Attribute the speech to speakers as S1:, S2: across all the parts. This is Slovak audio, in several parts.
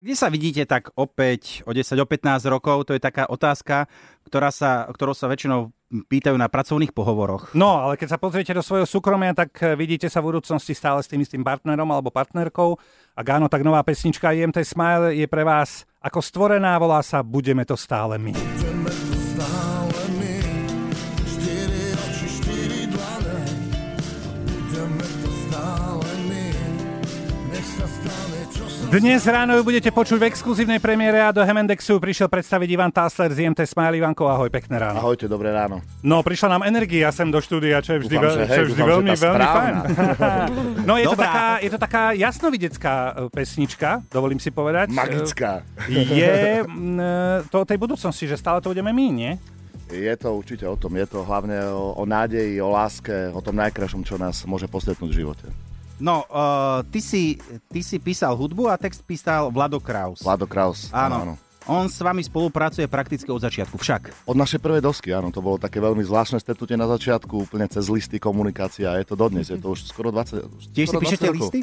S1: Kde sa vidíte tak opäť o 10, o 15 rokov? To je taká otázka, ktorá sa, ktorou sa väčšinou pýtajú na pracovných pohovoroch.
S2: No, ale keď sa pozriete do svojho súkromia, tak e, vidíte sa v budúcnosti stále s tým istým partnerom alebo partnerkou. A áno, tak nová pesnička IMT Smile je pre vás ako stvorená, volá sa Budeme to stále my. Dnes ráno ju budete počuť v exkluzívnej premiére a do Hemendexu prišiel predstaviť Ivan Tásler z IMT Smile. Ivanko, ahoj, pekné ráno.
S3: Ahojte, dobré ráno.
S2: No, prišla nám energia sem do štúdia, čo je vždy, dúfam, že, hej, čo je vždy dúfam, veľmi, veľmi fajn. no, je Dobrá. to, taká, je to taká jasnovidecká e, pesnička, dovolím si povedať. E,
S3: Magická.
S2: Je e, to o tej budúcnosti, že stále to budeme my, nie?
S3: Je to určite o tom. Je to hlavne o, o nádeji, o láske, o tom najkrajšom, čo nás môže postetnúť v živote.
S1: No, uh, ty, si, ty si písal hudbu a text písal Vlado Kraus.
S3: Vlado Kraus,
S1: áno. áno. On s vami spolupracuje prakticky od začiatku, však?
S3: Od našej prvej dosky, áno. To bolo také veľmi zvláštne stretnutie na začiatku, úplne cez listy, komunikácia. Je to dodnes, je to už skoro 20
S1: Tiež si píšete rokov. listy?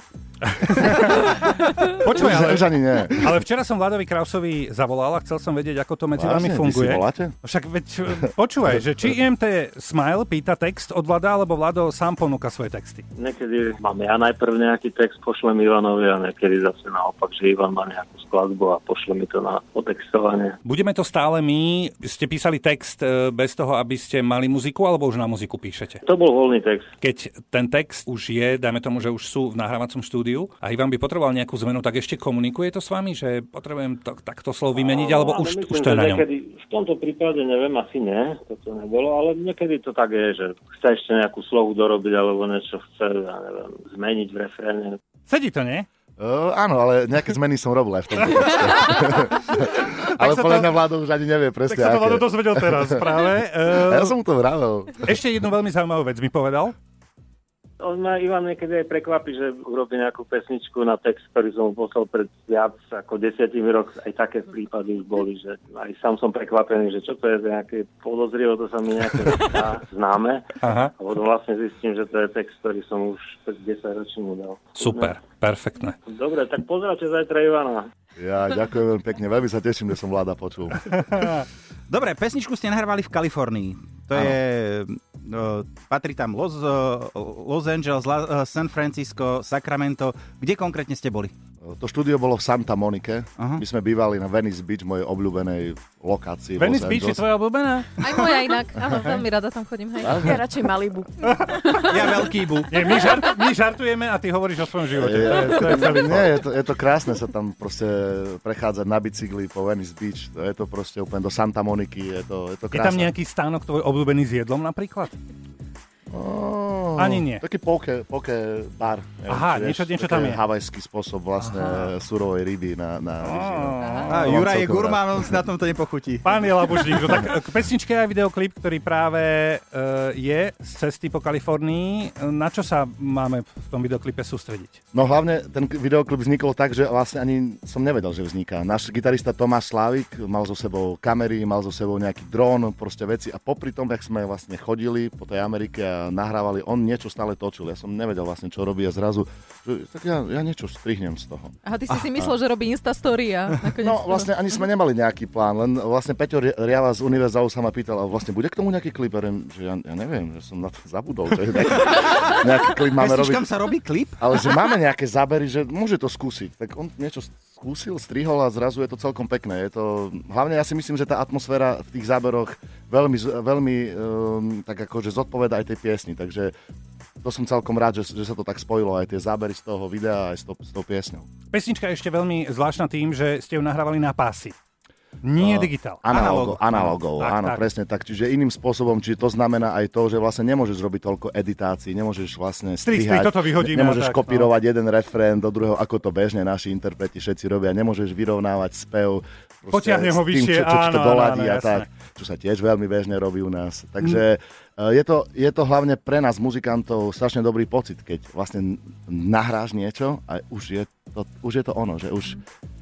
S2: Počuj, ale,
S3: už ani nie.
S2: ale včera som Vladovi Krausovi zavolal a chcel som vedieť, ako to medzi
S3: Vážne,
S2: vami funguje.
S3: Vy si voláte?
S2: Však veď, eh, počúvaj, že či IMT Smile pýta text od Vlada, alebo Vlado sám ponúka svoje texty.
S4: Niekedy mám ja najprv nejaký text, pošlem Ivanovi a niekedy zase naopak, že Ivan má nejakú skladbu a pošle mi to na odextovanie.
S2: Budeme to stále my. Ste písali text e, bez toho, aby ste mali muziku, alebo už na muziku píšete?
S4: To bol voľný text.
S2: Keď ten text už je, dajme tomu, že už sú v nahrávacom štúdiu a Ivan by potreboval nejakú zmenu, tak ešte komunikuje to s vami, že potrebujem to, takto slovo vymeniť, alebo
S4: Áno,
S2: už,
S4: No, myslím,
S2: už to je
S4: že
S2: na ňom?
S4: Niekedy, v tomto prípade neviem, asi nie, toto nebolo, ale niekedy to tak je, že chce ešte nejakú slohu dorobiť alebo niečo chce, ja neviem, zmeniť v refréne.
S2: Sedí to, nie?
S3: Uh, áno, ale nejaké zmeny som robil aj v tom texte. ale
S2: sa
S3: podľa
S2: to-
S3: mňa vláda už ani nevie presne,
S2: Tak sa to Vlado
S3: aké.
S2: dozvedel teraz práve.
S3: A
S2: E,
S3: ja som mu to vravel.
S2: Ešte jednu veľmi zaujímavú vec mi povedal.
S4: On ma Ivan niekedy aj prekvapí, že urobí nejakú pesničku na text, ktorý som mu poslal pred viac ako desiatimi rok. Aj také prípady už boli, že aj sám som prekvapený, že čo to je za nejaké podozrivo, to sa mi nejaké zdá známe.
S2: Aha.
S4: A potom vlastne zistím, že to je text, ktorý som už pred 10 ročí mu dal.
S2: Super, perfektné.
S4: Dobre, tak pozdravte zajtra Ivana.
S3: Ja ďakujem veľmi pekne, veľmi sa teším, že som vláda počul.
S1: Dobre, pesničku ste nahrávali v Kalifornii. To
S3: Áno.
S1: je... Uh, patrí tam Los, uh, Los Angeles, La, uh, San Francisco, Sacramento. Kde konkrétne ste boli?
S3: To štúdio bolo v Santa Monike.
S1: Aha.
S3: My sme bývali na Venice Beach, mojej obľúbenej lokácii. v
S2: Venice
S3: Los
S2: Beach je
S3: Angeles.
S2: tvoja obľúbená?
S5: Aj moja inak. Áno, veľmi rada tam chodím. Hej. Ja radšej Malibu.
S1: Ja veľký bu.
S2: Nie, my, žart, my žartujeme a ty hovoríš o svojom živote.
S3: Je,
S2: To je celý
S3: nie, je, to, je to krásne sa tam proste prechádzať na bicykli po Venice Beach. To je to proste úplne do Santa Moniky. Je to, je to
S2: Je tam
S3: krásne.
S2: nejaký stánok tvoj obľúbený s jedlom napríklad?
S3: Oh,
S2: Ani nie.
S3: Taký poke, poke bar.
S2: Aha, niečo- niečo tam je.
S3: Havajský spôsob vlastne surovej ryby na, na ryži. no.
S1: A
S3: To mám
S1: Jura je
S3: celkom
S1: gurmán, on si na tomto nepochutí.
S2: Pán je labužník. No tak k pesničke aj videoklip, ktorý práve e, je z cesty po Kalifornii. eh, Na čo sa máme v tom videoklipe sústrediť?
S3: No hlavne ten k- videoklip vznikol tak, že vlastne ani som nevedel, že vzniká. Náš gitarista Tomáš Slávik mal so sebou kamery, mal so sebou nejaký drón, proste veci a popri tom, jak sme vlastne chodili po tej Amerike a nahrávali, on niečo stále točil. Ja som nevedel vlastne, čo robí a zrazu, že, tak ja, ja niečo strihnem z toho.
S5: Aha, ty si si myslel, že robí Instastory a nakoniec...
S3: No vlastne ani sme nemali nejaký plán, len vlastne Peťo Ri- Riava z Univerzálu sa ma pýtal, a vlastne bude k tomu nejaký klip? Ja, hovorím, že ja, ja neviem, že som na to zabudol. Že nejaký, nejaký klip máme
S1: Myslíš,
S3: robiť.
S1: kam sa robí klip?
S3: Ale že máme nejaké zábery, že môže to skúsiť. Tak on niečo skúsil, strihol a zrazu je to celkom pekné. Je to, hlavne ja si myslím, že tá atmosféra v tých záberoch veľmi, z- veľmi um, tak akože zodpoveda aj tej piesni. Takže to som celkom rád, že, že sa to tak spojilo, aj tie zábery z toho videa, aj s, to, s tou piesňou.
S2: Pesnička je ešte veľmi zvláštna tým, že ste ju nahrávali na pásy. Nie
S3: Eh,
S2: digitál.
S1: Analógov.
S3: Analógov, analógov,
S2: Tak,
S3: áno,
S2: tak.
S3: presne tak. Čiže iným spôsobom, čiže to znamená aj to, že vlastne nemôžeš robiť toľko editácií, nemôžeš vlastne
S2: Strih, strih,
S3: strihať,
S2: toto vyhodíme a
S3: nemôžeš
S2: tak, no.
S3: kopírovať jeden refrén do druhého, ako to bežne naši interpreti všetci robia, nemôžeš vyrovnávať spev proste
S2: Potiahnem ho
S3: s tým,
S2: vyššie,
S3: čo, čo, čo to
S2: áno, áno,
S3: doladí
S2: áno,
S3: a
S2: jasné.
S3: tak, čo sa tiež veľmi bežne robí u nás.
S2: Mm.
S3: Takže eh, je to, je to hlavne pre nás, muzikantov, strašne dobrý pocit, keď vlastne nahráš niečo a už je to, už je to ono, že už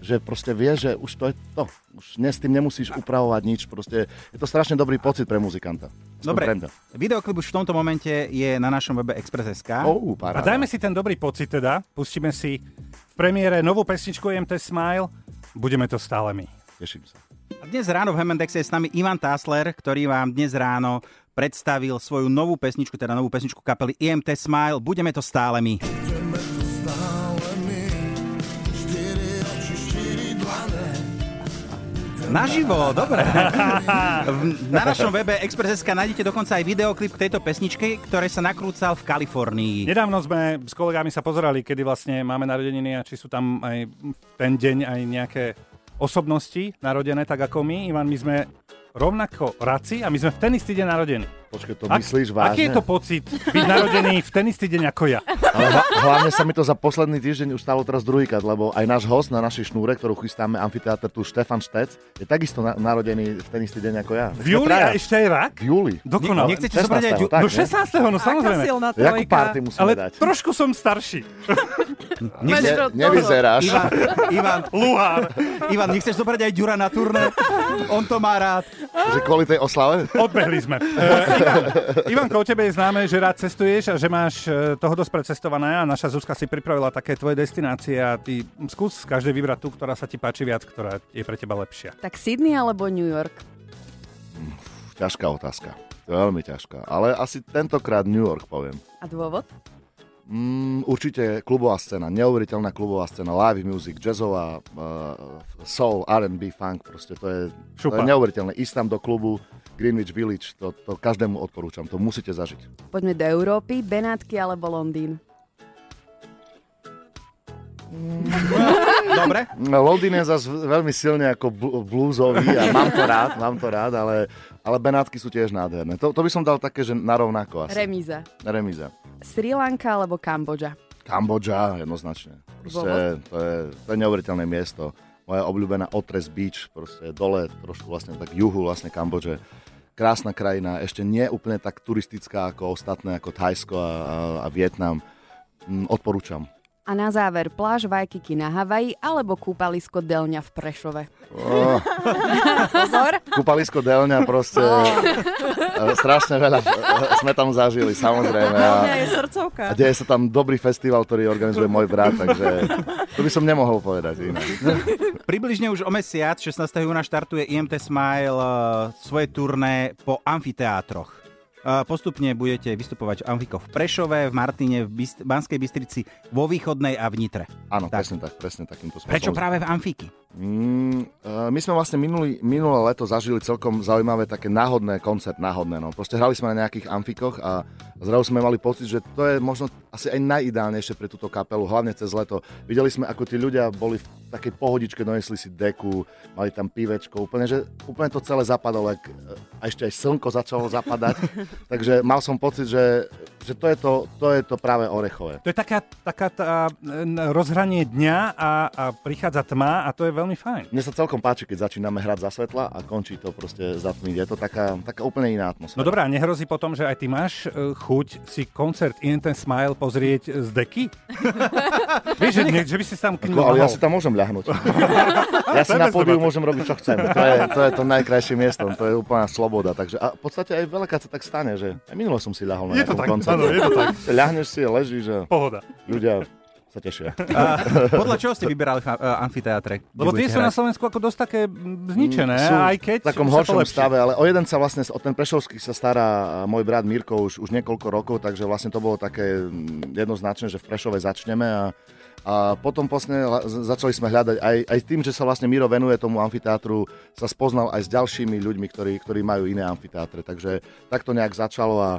S3: že proste vieš, že už to je to. Už ne, s tým nemusíš upravovať nič. Proste je to strašne dobrý pocit pre muzikanta. Aspoň
S1: Dobre,
S3: pre mňa.
S1: videoklip už v tomto momente je na našom webe Express.sk.
S2: A
S3: Ou, paráda.
S2: dajme si ten dobrý pocit teda. Pustíme si v premiére novú pesničku MT Smile Budeme to stále my.
S3: Teším sa.
S1: A dnes ráno v Hemendexe je s nami Ivan Tásler, ktorý vám dnes ráno predstavil svoju novú pesničku, teda novú pesničku kapely IMT Smile. Budeme to stále my. Naživo, dobre. V- Na našom webe Express.sk nájdete dokonca aj videoklip k tejto pesničke, ktoré sa nakrúcal v Kalifornii.
S2: Nedávno sme s kolegami sa pozerali, kedy vlastne máme narodeniny a či sú tam aj ten deň aj nejaké osobnosti narodené, tak ako my. Ivan, my sme rovnako raci a my sme v ten istý deň narodení.
S3: Počkaj, to
S2: Ak-
S3: myslíš vážne? No
S2: Aký je to pocit byť narodený v ten istý deň ako ja?
S3: Ale hla- hlavne sa mi to za posledný týždeň už stalo teraz druhýkrát, lebo aj náš host na našej šnúre, ktorú chystáme, amfiteátr tu Štefan Štec, je takisto na- narodený v ten istý deň ako ja.
S2: V
S3: Tak sme
S2: júli a
S3: traja.
S2: ešte aj rak?
S3: V júli.
S2: Dokonale.
S1: nechcete zobrať aj
S3: 16.,
S1: ju-
S3: tak,
S2: No
S3: ne?
S2: 16. no
S6: Aká
S2: samozrejme.
S6: silná
S3: Jakú party
S6: trojka.
S3: musíme
S2: Ale
S3: dať?
S2: trošku som starší.
S1: Nechce-
S5: Veď to-
S3: Nevyzeráš.
S1: Ivan, Ivan,
S2: Luhár.
S1: Ivan, nechceš zobrať aj Ďura na turné? On to má rád.
S3: Že kvôli tej oslave?
S2: Odbehli sme. Eh, Ivan, Ivanko, o tebe je známe, že rád cestuješ a že máš eh, toho dosť precestované a naša Zuzka si pripravila také tvoje destinácie a ty skús z každej vybrať tú, ktorá sa ti páči viac, ktorá je pre teba lepšia.
S6: Tak Sydney alebo New York?
S3: Ťažká otázka. Veľmi ťažká. Ale asi tentokrát New York poviem.
S6: A dôvod?
S3: Mm, určite klubová scéna, neuveriteľná klubová scéna, live music, jazzová, uh, soul, R&B, funk, proste to je, to
S2: Šupa.
S3: je neuveriteľné. Ísť tam do klubu Greenwich Village, to, to každému odporúčam, to musíte zažiť.
S6: Poďme do Európy, Benátky alebo Londýn.
S1: Dobre?
S3: No, Londýn je zase veľmi silne ako bl- bluesový a mám to rád, mám to rád, ale, ale Benátky sú tiež nádherné. To, to by som dal také, že narovnako asi.
S6: Remíza.
S3: Remíza.
S6: Sri Lanka alebo Kambodža.
S3: Kambodža, jednoznačne. Proste, to, je, to je neuveriteľné miesto. Moja obľúbená Otres Beach, proste dole, trošku vlastne tak juhu vlastne Kambodže. Krásna krajina, ešte nie úplne tak turistická ako ostatné, ako Thajsko a, a, a Vietnam. Mm, Odporúčam.
S6: A na záver pláž Vajkiky na Havaji alebo kúpalisko Delňa v Prešove.
S3: Oh,
S6: Pozor,
S3: kúpalisko Delňa proste, eh, strašne veľa eh, sme tam zažili, samozrejme. A,
S6: Delňa
S3: je srdcovka. A deje sa tam dobrý festival, ktorý organizuje môj brat, takže to by som nemohol povedať inak.
S1: Približne už o mesiac, 16. júna, štartuje IMT Smile eh, svoje turné po amfiteátroch. Eh, Postupne budete vystupovať v Amfiko v Prešove, v Martine, v Byst- Banskej Bystrici, vo Východnej a v Nitre.
S3: Áno,
S1: Tak.
S3: presne tak, presne takýmto spôsobom.
S1: Prečo práve v Amfiky?
S3: Mm, e, my sme vlastne minulý, minulé leto zažili celkom zaujímavé také náhodné koncert, náhodné. No. Proste hrali sme na nejakých amfikoch a zrazu sme mali pocit, že to je možno asi aj najideálnejšie pre túto kapelu, hlavne cez leto. Videli sme, ako tí ľudia boli v takej pohodičke, donesli si deku, mali tam pívečko, úplne, že, úplne to celé zapadalo, ak, e, a ešte aj slnko začalo zapadať. Takže mal som pocit, že, že to, je to, to je to práve orechové.
S2: To je taká, taká tá, n- rozhranie dňa a, a prichádza tma a to je veľmi fajn.
S3: Mne sa celkom páči, keď začíname hrať za svetla a končí to proste za tmy. Je to taká, taká úplne iná atmosféra.
S2: No dobrá, nehrozí potom, že aj ty máš e, chuť si koncert In Ten Smile pozrieť z deky? Vieš, že, nie, že by si tam
S3: No, ale ja
S2: knihoval.
S3: si tam môžem ľahnúť. ja si
S2: Tebe
S3: na pódiu
S2: zobacz.
S3: môžem robiť, čo chcem. To je, to je to najkrajšie miesto, to je úplná sloboda. Takže, a v podstate aj veľakrát sa tak stane, že aj minule som si ľahol na
S2: Je to
S3: nejakom
S2: tak,
S3: koncerte.
S2: áno, je to tak.
S3: Ľahneš si, ležíš a
S2: Pohoda.
S3: ľudia sa tešia.
S1: Eh, Podľa čoho ste vyberali fa- eh, amfiteátre? kde
S2: Lebo tie
S1: budete
S2: sú na
S1: hrať?
S2: Slovensku ako dosť také mm, zničené,
S3: Sú
S2: aj keď
S3: v takom
S2: sa to
S3: horšom
S2: lepší.
S3: stave, ale o jeden sa vlastne, o ten Prešovský sa stará môj brat Mirko už, už niekoľko rokov, takže vlastne to bolo také mm, jednoznačné, že v Prešove začneme a a potom vlastne la- z- začali sme hľadať aj, aj tým, že sa vlastne Miro venuje tomu amfiteátru, sa spoznal aj s ďalšími ľuďmi, ktorí, ktorí majú iné amfiteátre. Takže tak to nejak začalo a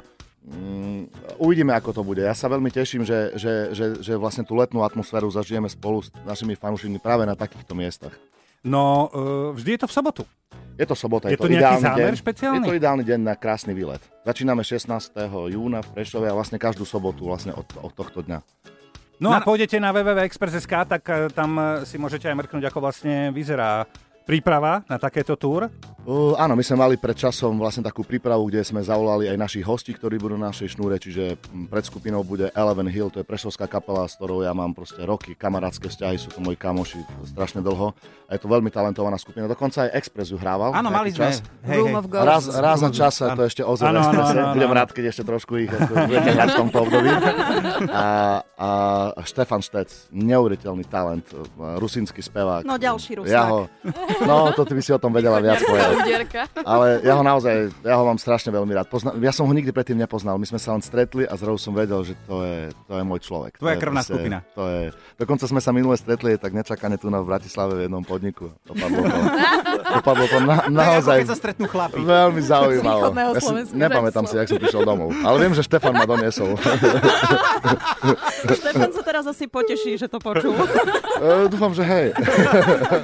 S3: mm, uvidíme, ako to bude. Ja sa veľmi teším, že, že, že, že vlastne tú letnú atmosféru zažijeme spolu s našimi fanúšikmi práve na takýchto miestach.
S2: No, e, vždy je to v sobotu.
S3: Je to sobota,
S2: Je
S3: je,
S2: to nejaký
S3: ideálny
S2: zámer
S3: deň.
S2: špeciálny?
S3: Je to ideálny deň na krásny výlet. Začíname 16. júna v Prešove a vlastne každú sobotu vlastne od, od tohto dňa.
S2: No
S1: Na-
S2: a pôjdete na www.express.sk, tak e, tam e, si môžete aj mrknúť, ako vlastne vyzerá príprava na takéto túr.
S3: Uh, áno, my sme mali pred časom vlastne takú prípravu, kde sme zavolali aj našich hostí, ktorí budú na našej šnúre, čiže mm, pred skupinou bude Eleven Hill, to je prešovská kapela, s ktorou ja mám proste roky, kamarátske vzťahy, sú to moji kamoši strašne dlho. A je to veľmi talentovaná skupina, dokonca aj Express ju hrával.
S1: Áno, mali
S3: nejaký
S1: sme.
S3: čas.
S1: Hej,
S6: Room
S1: hej.
S6: of Ghosts.
S3: Raz, raz na čas sa to ešte ozve.
S2: Áno, áno, áno, áno.
S3: Budem rád, keď ešte trošku ich ako budete hrať v tomto období. A, a Štefan Štec, neuveriteľný talent, rusínsky spevák.
S7: No, ďalší Rusák.
S3: Ja ho, no, to ty by si o tom vedela viac povedať.
S5: Udierka.
S3: Ale ja ho naozaj, ja ho mám strašne veľmi rád. Pozna, ja som ho nikdy predtým nepoznal. My sme sa len stretli a zrazu som vedel, že to je, to je môj človek.
S1: Tvoja
S3: To je
S1: krvná
S3: proste-
S1: skupina.
S3: To je, dokonca sme sa minule stretli tak nečakane tu na v Bratislave v jednom podniku. To padlo to, to, padlo to na,
S1: Tak ako
S3: naozaj
S1: keď sa stretnú chlapi.
S3: Veľmi zaujímavo.
S5: Z východného
S3: Ja si,
S5: Slovenska.
S3: nepamätám si, jak som prišiel domov. Ale viem, že Štefan ma doniesol.
S7: Štefan sa teraz asi poteší, že to počul.
S3: E, Dúfam, že hej.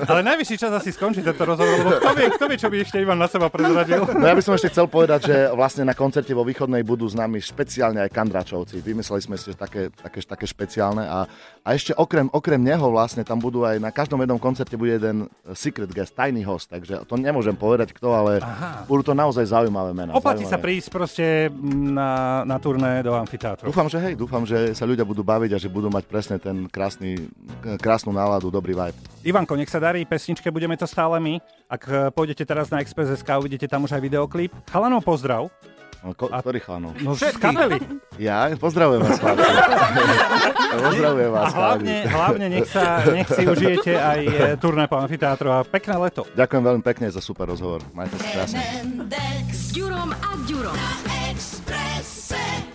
S2: Ale najvyšší čas asi skončí tento rozhovor, lebo kto vie, kto vie, čo by ešte Ivan na seba prezradil.
S3: No ja by som ešte chcel povedať, že vlastne na koncerte vo Východnej budú s nami špeciálne aj Kandračovci. Vymysleli sme si také, také, také špeciálne. A, a ešte okrem, okrem neho vlastne tam budú aj na každom jednom koncerte bude jeden secret guest, tajný host. Takže to nemôžem povedať kto, ale Aha. budú to naozaj zaujímavé mená.
S2: Oplatí sa
S3: zaujímavé.
S2: prísť proste mm, na, na turné do amfiteátru.
S3: Dúfam, že hej, dúfam, že sa ľudia budú baviť a že budú mať presne ten krásny, krásnu náladu, dobrý vibe.
S2: Ivanko, nech sa darí, pesničke budeme to stále my. Ak eh, pôjdete teraz na Express.sk, uvidíte tam už aj videoklip. Chalanov pozdrav.
S3: No, ko,
S2: A-
S3: Ktorý chalanov?
S2: No, z kapely.
S3: Ja? Pozdravujem vás, chlapci. Pozdravujem
S2: A
S3: vás,
S2: hlavne,
S3: chlapci.
S2: hlavne nech, sa, nech si užijete aj eh, turné po amfiteátru a pekné leto.
S3: Ďakujem veľmi pekne za super rozhovor. Majte sa krásne.
S8: Mendex s Ďurom a Ďurom. Na Expresse.